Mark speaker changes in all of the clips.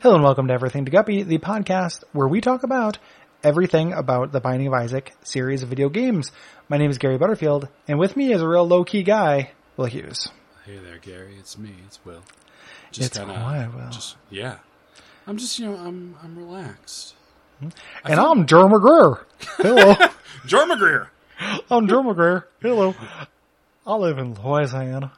Speaker 1: Hello and welcome to Everything to Guppy, the podcast where we talk about everything about the Binding of Isaac series of video games. My name is Gary Butterfield, and with me is a real low key guy, Will Hughes.
Speaker 2: Hey there, Gary. It's me. It's Will.
Speaker 1: It's why, Will.
Speaker 2: Just, yeah. I'm just, you know, I'm I'm relaxed.
Speaker 1: and I'm Joe McGreer. Hello.
Speaker 2: Joe McGreer.
Speaker 1: I'm Joe McGreer. Hello. I live in Louisiana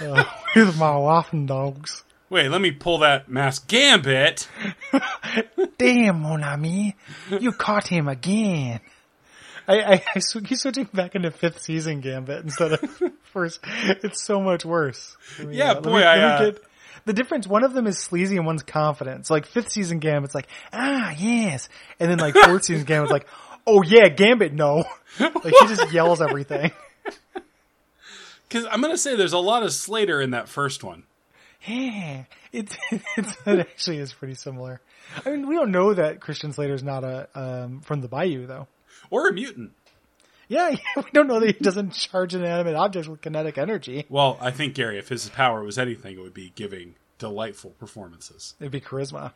Speaker 1: uh, with my wife and dogs.
Speaker 2: Wait, let me pull that mask. Gambit.
Speaker 1: Damn, mon ami, you caught him again. I, I, I sw- keep switching back into fifth season Gambit instead of first. It's so much worse. Let me,
Speaker 2: Yeah,
Speaker 1: let
Speaker 2: boy,
Speaker 1: me-
Speaker 2: I,
Speaker 1: let me
Speaker 2: uh,
Speaker 1: get- the difference, one of them is sleazy and one's confidence. Like fifth season Gambit's like, ah, yes. And then like fourth season Gambit's like, oh yeah, Gambit, no. Like he just yells everything.
Speaker 2: Because I'm gonna say there's a lot of Slater in that first one.
Speaker 1: Yeah, it's, it's it actually is pretty similar. I mean, we don't know that Christian Slater's not a um from the Bayou though.
Speaker 2: Or a mutant.
Speaker 1: Yeah, yeah, we don't know that he doesn't charge inanimate objects with kinetic energy.
Speaker 2: Well, I think Gary, if his power was anything, it would be giving delightful performances.
Speaker 1: It'd be charisma,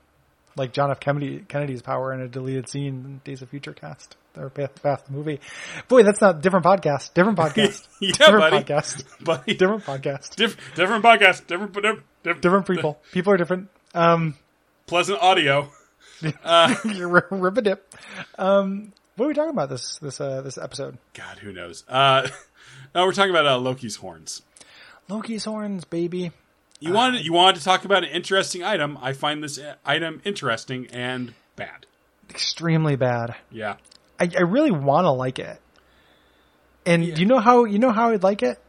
Speaker 1: like John F. Kennedy, Kennedy's power in a deleted scene in Days of Future Cast or Path, Path the movie. Boy, that's not different podcast. Different podcast.
Speaker 2: Yeah,
Speaker 1: different
Speaker 2: buddy.
Speaker 1: podcast.
Speaker 2: But different,
Speaker 1: Different podcast.
Speaker 2: diff- different podcast, different, different, different
Speaker 1: Different people. People are different. Um,
Speaker 2: pleasant audio.
Speaker 1: you're rip a dip. Um, what are we talking about this this uh, this episode?
Speaker 2: God, who knows? Uh, no, we're talking about uh, Loki's horns.
Speaker 1: Loki's horns, baby.
Speaker 2: You
Speaker 1: Uh,
Speaker 2: wanted you wanted to talk about an interesting item. I find this i- item interesting and bad.
Speaker 1: Extremely bad.
Speaker 2: Yeah.
Speaker 1: I, I really want to like it. And
Speaker 2: Yeah.
Speaker 1: do you know how you know how I'd like it?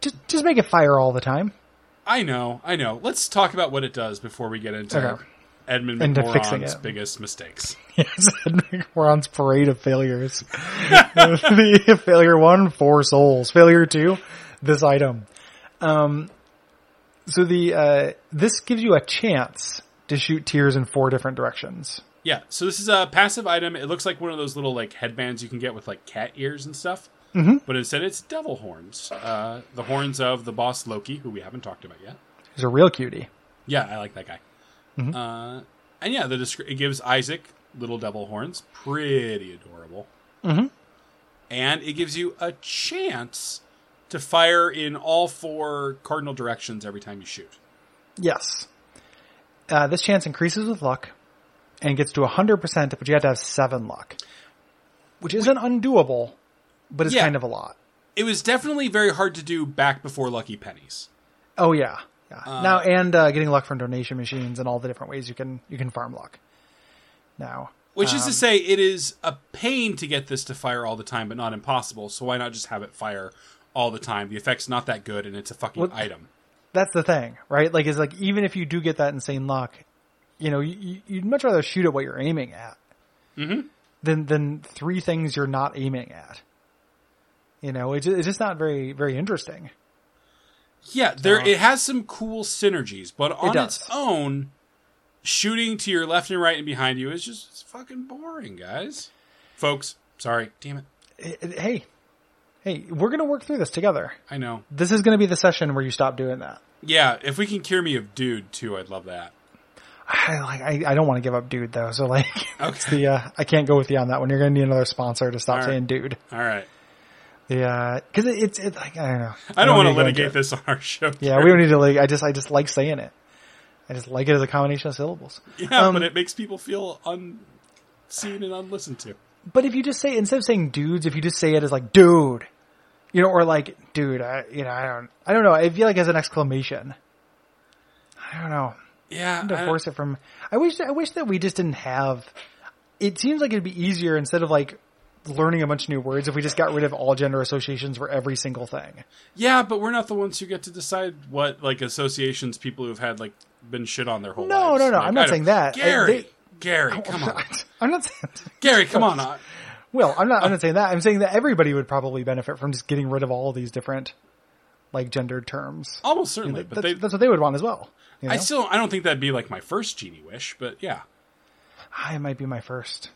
Speaker 1: Just just make it fire all the time
Speaker 2: I know, I know. Let's talk about what it does before we get into
Speaker 1: Okay.
Speaker 2: Edmund
Speaker 1: Into fixing
Speaker 2: McMoran's
Speaker 1: it.
Speaker 2: biggest mistakes.
Speaker 1: Yes, Ron's parade of failures. the failure one, four souls. Failure two, this item. Um, so the uh, this gives you a chance to shoot tears in four different directions.
Speaker 2: Yeah, so this is a passive item. It looks like one of those little like headbands you can get with like cat ears and stuff.
Speaker 1: Mm-hmm.
Speaker 2: But instead, it's devil horns. Uh, the horns of the boss Loki, who we haven't talked about yet.
Speaker 1: He's a real cutie.
Speaker 2: Yeah, I like that guy. Uh, and yeah, the descri- it gives Isaac little devil horns, pretty adorable. Mm-hmm. And it gives you a chance to fire in all four cardinal directions every time you shoot.
Speaker 1: Yes. Uh, this chance increases with luck and gets to 100%, but you have to have 7 luck. Which isn't undoable, but it's
Speaker 2: Yeah.
Speaker 1: kind of a lot.
Speaker 2: It was definitely very hard to do back before Lucky Pennies.
Speaker 1: Oh yeah. yeah. now and uh, getting luck from donation machines and all the different ways you can you can farm luck. Now,
Speaker 2: Which is to say, it is a pain to get this to fire all the time, but not impossible. So why not just have it fire all the time? The effect's not that good, and it's a fucking
Speaker 1: What-
Speaker 2: item.
Speaker 1: that's the thing, right? Like, is like even if you do get that insane luck, you know, you, you'd much rather shoot at what you're aiming at than than three things you're not aiming at. You know, it's it's just not very very interesting.
Speaker 2: Yeah, there it has some cool synergies, but on
Speaker 1: does.
Speaker 2: its own, shooting to your left and right and behind you is just it's fucking boring, guys. Folks, sorry, damn it.
Speaker 1: It- it- hey, hey, we're gonna work through this together.
Speaker 2: I know.
Speaker 1: This is gonna be the session where you stop doing that.
Speaker 2: Yeah, if we can cure me of dude too, I'd love that.
Speaker 1: I like I, I don't want to give up dude though, so like that's
Speaker 2: Okay.
Speaker 1: the uh, I can't go with you on that one. You're gonna need another sponsor to stop
Speaker 2: All right.
Speaker 1: saying dude.
Speaker 2: All right,
Speaker 1: Yeah, because it, it's it's like I don't know.
Speaker 2: I don't want
Speaker 1: need
Speaker 2: to
Speaker 1: go into
Speaker 2: litigate
Speaker 1: it.
Speaker 2: this on our show.
Speaker 1: Yeah, we don't need to like. I just I just like saying it. I just like it as a combination of syllables.
Speaker 2: yeah,
Speaker 1: um,
Speaker 2: but it makes people feel unseen and unlistened to.
Speaker 1: But if you just say instead of saying dudes, if you just say it as like dude, you know, or like dude, I you know I don't I don't know. I feel like as an exclamation. I don't know.
Speaker 2: Yeah,
Speaker 1: to
Speaker 2: I-
Speaker 1: force it from. I wish I wish that we just didn't have. It seems like it'd be easier instead of like learning a bunch of new words if we just got rid of all gender associations for every single thing.
Speaker 2: yeah, but we're not the ones who get to decide what like associations people who've had like been shit on their whole
Speaker 1: No,
Speaker 2: lives.
Speaker 1: no, no,
Speaker 2: Like,
Speaker 1: I'm
Speaker 2: I
Speaker 1: not
Speaker 2: don't-
Speaker 1: saying that. I-
Speaker 2: Gary,
Speaker 1: they-
Speaker 2: Gary, come on,
Speaker 1: I'm not. saying-
Speaker 2: Gary, come on. I-
Speaker 1: Well, I'm not. I'm not saying that. I'm saying that everybody would probably benefit from just getting rid of all these different like gendered terms.
Speaker 2: Almost certainly, but
Speaker 1: that's,
Speaker 2: they,
Speaker 1: that's what they would want as well. You know?
Speaker 2: I still I don't think that'd be like my first genie wish, but yeah,
Speaker 1: I Ah, might be my first.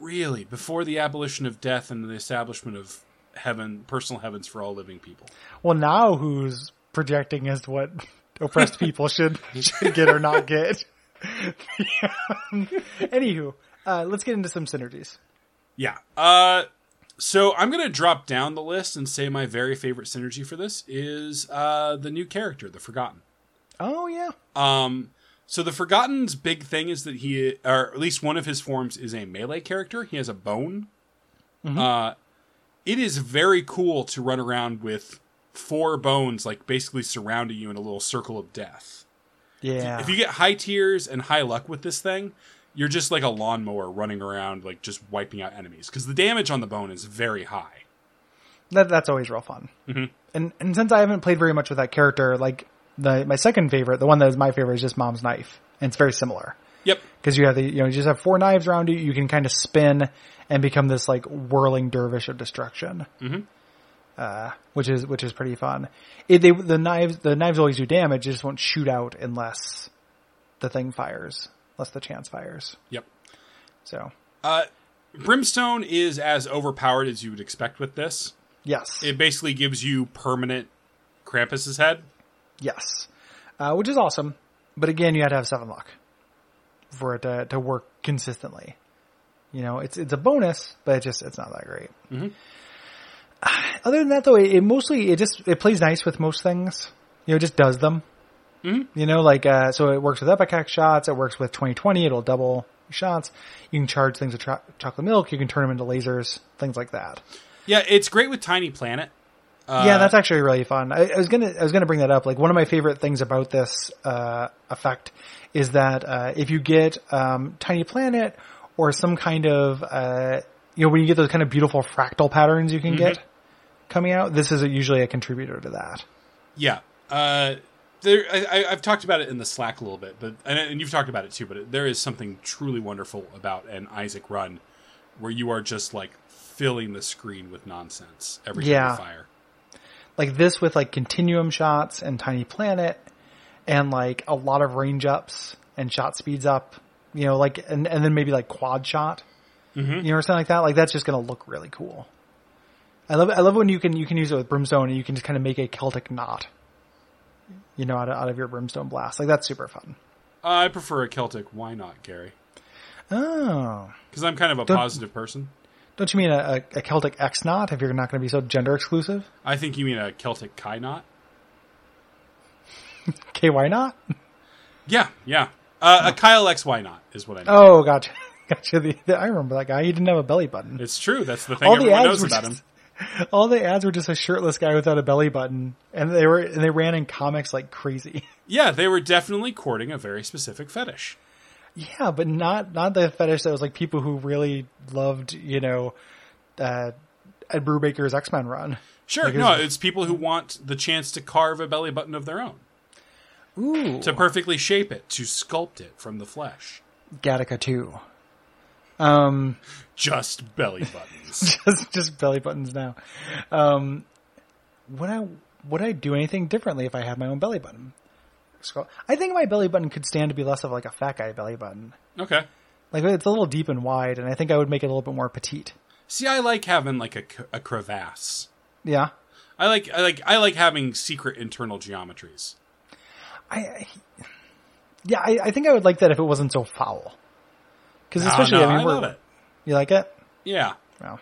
Speaker 2: really before the abolition of death and the establishment of heaven, personal heavens for all living people.
Speaker 1: Well, now who's projecting as to what oppressed people should should get or not get. Um, anywho, uh, let's get into some synergies.
Speaker 2: Yeah. Uh, so I'm going to drop down the list and say my very favorite synergy for this is uh, the new character, the Forgotten.
Speaker 1: Oh yeah,
Speaker 2: Um, so the Forgotten's big thing is that he, or at least one of his forms, is a melee character. He has a bone. Uh, it is very cool to run around with four bones, like basically surrounding you in a little circle of death.
Speaker 1: yeah.
Speaker 2: If you get high tiers and high luck with this thing, you're just like a lawnmower running around, like just wiping out enemies because the damage on the bone is very high.
Speaker 1: that, that's always real fun.
Speaker 2: Mm-hmm.
Speaker 1: And and since I haven't played very much with that character, like the my second favorite, the one that is my favorite, is just Mom's Knife, and it's very similar
Speaker 2: Yep.
Speaker 1: because you have the you know you just have four knives around you. You can kind of spin and become this like whirling dervish of destruction, mm-hmm. uh, which is which is pretty fun. It, they the knives the knives always do damage; they just won't shoot out unless the thing fires, unless the chance fires.
Speaker 2: Yep.
Speaker 1: So
Speaker 2: Uh, Brimstone is as overpowered as you would expect with this.
Speaker 1: yes,
Speaker 2: It basically gives you permanent Krampus's head.
Speaker 1: Yes, uh, which is awesome. But again, you had to have seven luck for it to, to work consistently. You know, it's it's a bonus, but it just it's not that great. Other than that, though, it, it mostly it just it plays nice with most things. You know, it just does them. You know, like uh, so it works with epicac shots. It works with twenty twenty. It'll double shots. You can charge things with cho- chocolate milk. You can turn them into lasers. Things like that.
Speaker 2: Yeah, it's great with Tiny Planet. Uh,
Speaker 1: Yeah, that's actually really fun. I, I was gonna I was gonna bring that up. Like one of my favorite things about this uh, effect is that uh, if you get um, Tiny Planet or some kind of uh, you know when you get those kind of beautiful fractal patterns you can get coming out, this is usually a contributor to that.
Speaker 2: yeah. Uh, there, I, I- I've talked about it in the Slack a little bit, but and, and you've talked about it too. But it, there is something truly wonderful about an Isaac run, where you are just like filling the screen with nonsense every time
Speaker 1: Yeah.
Speaker 2: you fire.
Speaker 1: Like this with like continuum shots and Tiny Planet and like a lot of range ups and shot speeds up. You know, like and and then maybe like quad shot. you know, or something like that. Like that's just going to look really cool. I love I love when you can you can use it with brimstone and you can just kind of make a Celtic knot, you know, out of, out of your brimstone blast. Like that's super fun.
Speaker 2: Uh, I prefer a Celtic. Why not, Gary?
Speaker 1: Oh,
Speaker 2: Because I'm kind of a positive person.
Speaker 1: don't you mean a, a, a Celtic X knot if you're not going to be so gender exclusive?
Speaker 2: I think you mean a Celtic Kai knot.
Speaker 1: Okay, why not?
Speaker 2: Yeah, yeah. Uh, a Kyle X Y knot is what I mean.
Speaker 1: Oh, gotcha, gotcha. The, the, I remember that guy. He didn't have a belly button.
Speaker 2: It's true. That's the thing
Speaker 1: All the
Speaker 2: everyone
Speaker 1: ads
Speaker 2: knows
Speaker 1: were
Speaker 2: about
Speaker 1: just-
Speaker 2: him.
Speaker 1: All the ads were just a shirtless guy without a belly button, and they were and they ran in comics like crazy.
Speaker 2: Yeah, they were definitely courting a very specific fetish.
Speaker 1: Yeah, but not not the fetish that was like people who really loved, you know, uh, Ed Brubaker's X Men run.
Speaker 2: Sure,
Speaker 1: Because-
Speaker 2: no, it's people who want the chance to carve a belly button of their own,
Speaker 1: Ooh,
Speaker 2: to perfectly shape it, to sculpt it from the flesh.
Speaker 1: Gattaca too. Um,
Speaker 2: Just belly buttons.
Speaker 1: just just belly buttons now. Um, would I would I do anything differently if I had my own belly button? Scroll- I think my belly button could stand to be less of like a fat guy belly button.
Speaker 2: okay.
Speaker 1: Like it's a little deep and wide, and I think I would make it a little bit more petite.
Speaker 2: See, I like having like a, c- a crevasse.
Speaker 1: Yeah,
Speaker 2: I like I like I like having secret internal geometries.
Speaker 1: I, I yeah, I, I think I would like that if it wasn't so foul. Because
Speaker 2: Ah,
Speaker 1: especially,
Speaker 2: no,
Speaker 1: I mean,
Speaker 2: I
Speaker 1: we're,
Speaker 2: love it.
Speaker 1: you like it?
Speaker 2: Yeah,
Speaker 1: Well,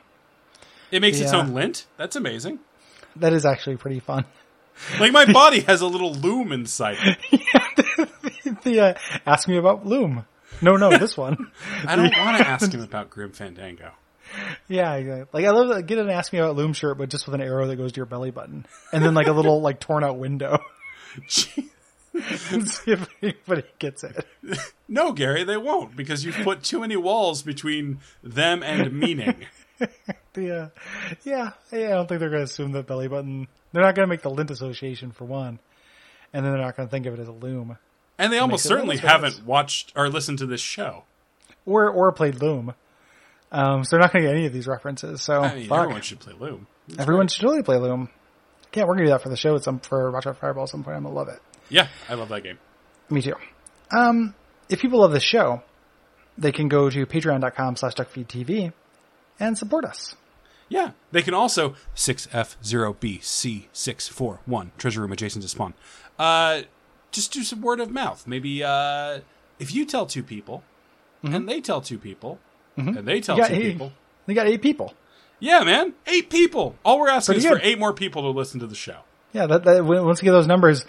Speaker 2: it makes its
Speaker 1: Yeah.
Speaker 2: own lint. That's amazing.
Speaker 1: that is actually pretty fun.
Speaker 2: Like my body has a little loom inside. It.
Speaker 1: the uh, ask me about Loom. No, no, this one.
Speaker 2: I don't want to ask him about Grim Fandango.
Speaker 1: Yeah, yeah. like I love that. Get an ask me about Loom shirt, but just with an arrow that goes to your belly button, and then like a little like torn out window. and see if anybody gets it.
Speaker 2: No, Gary, they won't because you've put too many walls between them and meaning.
Speaker 1: The uh, yeah, yeah. I don't think they're going to assume that belly button. They're not going to make the lint association for one, and then they're not going to think of it as a loom
Speaker 2: And they almost
Speaker 1: it
Speaker 2: certainly
Speaker 1: almost worse.
Speaker 2: haven't watched or listened to this show.
Speaker 1: or or played Loom. Um, so they're not going to get any of these references. So
Speaker 2: I mean,
Speaker 1: Oh, fuck.
Speaker 2: everyone should play Loom.
Speaker 1: Everyone should totally play Loom. Yeah, we're gonna do that for the show at some for Watch Out Fireball at some point. I'm gonna love it.
Speaker 2: Yeah, I love that game.
Speaker 1: Me too. Um, if people love this show, they can go to patreon.com slash duckfeedtv and support us.
Speaker 2: Yeah, they can also 6F0BC641 Treasure Room adjacent to Spawn. Uh, just do some word of mouth. Maybe uh, if you tell two people, and they tell two people, and they
Speaker 1: Mm-hmm.
Speaker 2: tell
Speaker 1: You got
Speaker 2: two
Speaker 1: eight-
Speaker 2: people.
Speaker 1: You got eight people.
Speaker 2: Yeah, man, eight people. All we're asking
Speaker 1: Pretty
Speaker 2: is for
Speaker 1: good.
Speaker 2: eight more people to listen to the show.
Speaker 1: Yeah, that, that when- once you get those numbers,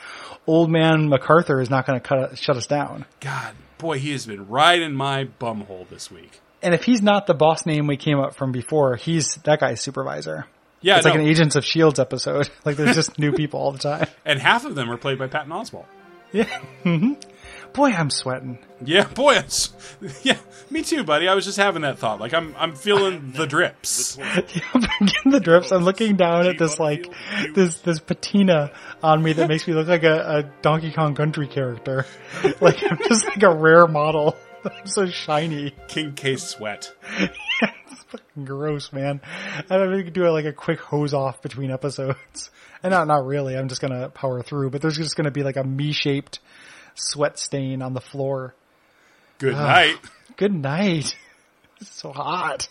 Speaker 1: old man MacArthur is not going to cut shut us down.
Speaker 2: God, boy, he has been right in my bumhole this week.
Speaker 1: And if he's not the boss name we came up from before, he's that guy's supervisor.
Speaker 2: Yeah,
Speaker 1: It's
Speaker 2: no.
Speaker 1: like an Agents of Shields E episode. Like there's just new people all the time.
Speaker 2: and half of them are played by Patton Oswalt.
Speaker 1: Boy, I'm sweating.
Speaker 2: Yeah, boy, it's, yeah, me too, buddy. I was just having that thought. Like I'm, I'm feeling the drips.
Speaker 1: I'm getting the drips. I'm looking down at this like this this patina on me that makes me look like a, a Donkey Kong Country character. Like I'm just like a rare model. I'm so shiny.
Speaker 2: King K sweat.
Speaker 1: Gross, man. I don't really do a, like a quick hose off between episodes. And not not really. I'm just gonna power through. But there's just gonna be like a me shaped sweat stain on the floor.
Speaker 2: Good night.
Speaker 1: Good night. It's so hot.